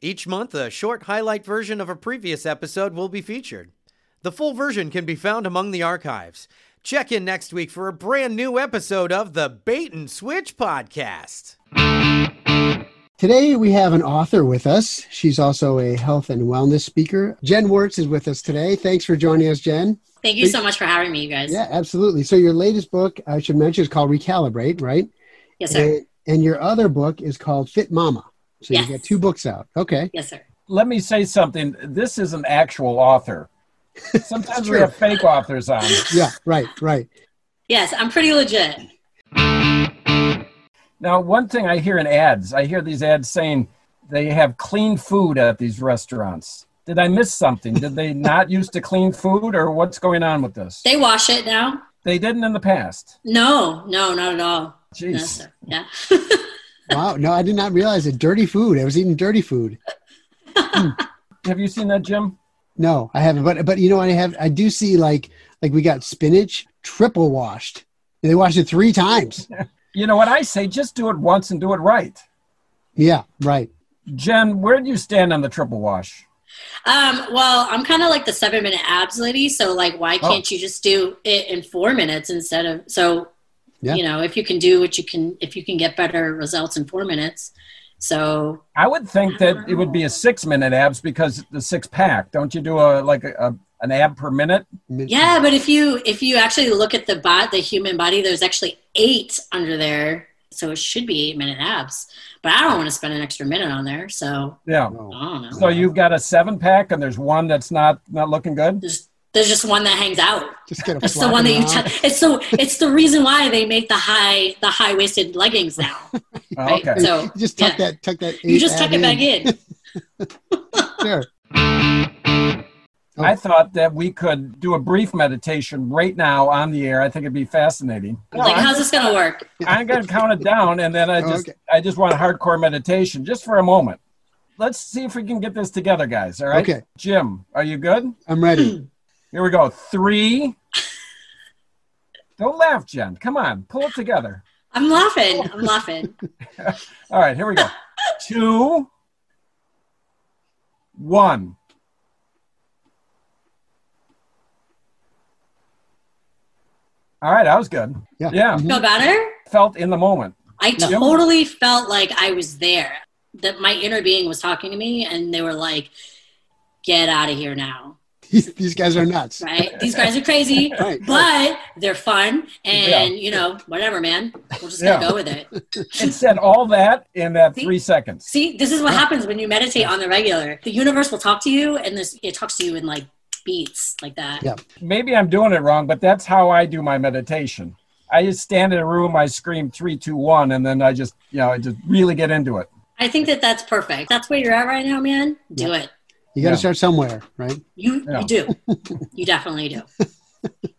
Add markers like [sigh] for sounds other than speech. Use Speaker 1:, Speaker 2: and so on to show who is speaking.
Speaker 1: Each month, a short highlight version of a previous episode will be featured. The full version can be found among the archives. Check in next week for a brand new episode of the Bait and Switch Podcast.
Speaker 2: Today we have an author with us. She's also a health and wellness speaker. Jen Wertz is with us today. Thanks for joining us, Jen.
Speaker 3: Thank you so much for having me, you guys.
Speaker 2: Yeah, absolutely. So your latest book, I should mention, is called Recalibrate, right?
Speaker 3: Yes, sir.
Speaker 2: And, and your other book is called Fit Mama. So
Speaker 3: Yes.
Speaker 2: you've got two books out. Okay.
Speaker 3: Yes, sir.
Speaker 4: Let me say something. This is an actual author. Sometimes we have fake authors on.
Speaker 2: Yeah, right, right.
Speaker 3: Yes, I'm pretty legit.
Speaker 4: Now, one thing I hear in ads, I hear these ads saying they have clean food at these restaurants. Did I miss something? Did they not used to clean food, or what's going on with this?
Speaker 3: They wash it now.
Speaker 4: They didn't in the past.
Speaker 3: No, no, not at all. No,
Speaker 4: Jeez.
Speaker 3: sir. Yeah.
Speaker 2: Wow. No, I did not realize that dirty food. I was eating dirty food.
Speaker 4: Have you seen that, Jim?
Speaker 2: No, I haven't. But but you know what I have I do see like like we got spinach triple washed. They washed it three
Speaker 3: [laughs]
Speaker 2: times.
Speaker 4: You know what I say? Just do it once and do it right.
Speaker 2: Yeah, right.
Speaker 4: Jen, where do you stand on the triple wash?
Speaker 3: Um, well, I'm kind of like the seven minute abs lady. So, like, why
Speaker 4: Oh.
Speaker 3: can't you just do it in four minutes instead of so?
Speaker 2: Yeah.
Speaker 3: You know, if you can do what you can, if you can get better results in four minutes. So,
Speaker 4: I would think that it would be a six minute abs because the six pack. Don't you do a like a, a an ab per minute?
Speaker 3: yeah, but if you if you actually look at the bot, the human body, there's actually eight under there. So it should be eight minute abs. But I don't want to spend an extra minute on there. So
Speaker 4: Yeah.
Speaker 2: Oh.
Speaker 3: I don't know.
Speaker 4: So you've got a seven pack and there's one that's not not looking good.
Speaker 3: There's there's just one that hangs out.
Speaker 2: Just get a
Speaker 3: That's the one that you
Speaker 2: flopping around.
Speaker 3: touch. It's so it's the reason why they make the high the high waisted leggings [laughs] now.
Speaker 4: Oh,
Speaker 3: Right.
Speaker 4: okay.
Speaker 3: So
Speaker 2: You just tuck
Speaker 3: yeah.
Speaker 2: that tuck that
Speaker 3: you
Speaker 2: eight
Speaker 3: just tuck
Speaker 2: ad
Speaker 3: it back in.
Speaker 4: [laughs]
Speaker 2: Sure.
Speaker 4: I thought that we could do a brief meditation right now on the air. I think it'd be fascinating. No,
Speaker 3: like
Speaker 4: I'm,
Speaker 3: how's this gonna work?
Speaker 4: I'm gonna count it down and then I
Speaker 2: Oh,
Speaker 4: just
Speaker 2: okay.
Speaker 4: I just want hardcore meditation just for a moment. Let's see if we can get this together, guys. All right.
Speaker 2: Okay.
Speaker 4: Jim, are you good?
Speaker 2: I'm ready.
Speaker 3: [clears throat]
Speaker 4: Here we go. Three. Don't laugh, Jen. Come on, pull it together.
Speaker 3: I'm laughing. I'm laughing.
Speaker 4: All right, here
Speaker 3: [laughs]
Speaker 4: we go. Two, one. All right, that was good.
Speaker 2: Yeah.
Speaker 4: Yeah,
Speaker 3: Feel better?
Speaker 4: felt in the moment.
Speaker 3: I
Speaker 4: Yeah.
Speaker 3: totally felt like I was there. That my inner being was talking to me, and they were like, "Get out of here now!"
Speaker 2: [laughs] These, these guys are nuts.
Speaker 3: [laughs] Right? These guys are crazy,
Speaker 2: Right.
Speaker 3: but they're fun, and
Speaker 4: Yeah.
Speaker 3: you know, whatever, man. We're just gonna
Speaker 4: Yeah.
Speaker 3: go with it.
Speaker 4: It said all that in that
Speaker 3: See?
Speaker 4: three seconds.
Speaker 3: See, this is what happens when you meditate on the regular. The universe will talk to you, and this it talks to you in like beats like that.
Speaker 2: Yeah.
Speaker 4: Maybe I'm doing it wrong, but that's how I do my meditation. I just stand in a room, I scream three, two, one, and then I just, you know, I just really get into it.
Speaker 3: I think that that's perfect. That's where you're at right now, man. Do it.
Speaker 2: You got to
Speaker 4: Yeah.
Speaker 2: start somewhere, right?
Speaker 3: You
Speaker 4: Yeah.
Speaker 3: you do. you definitely do.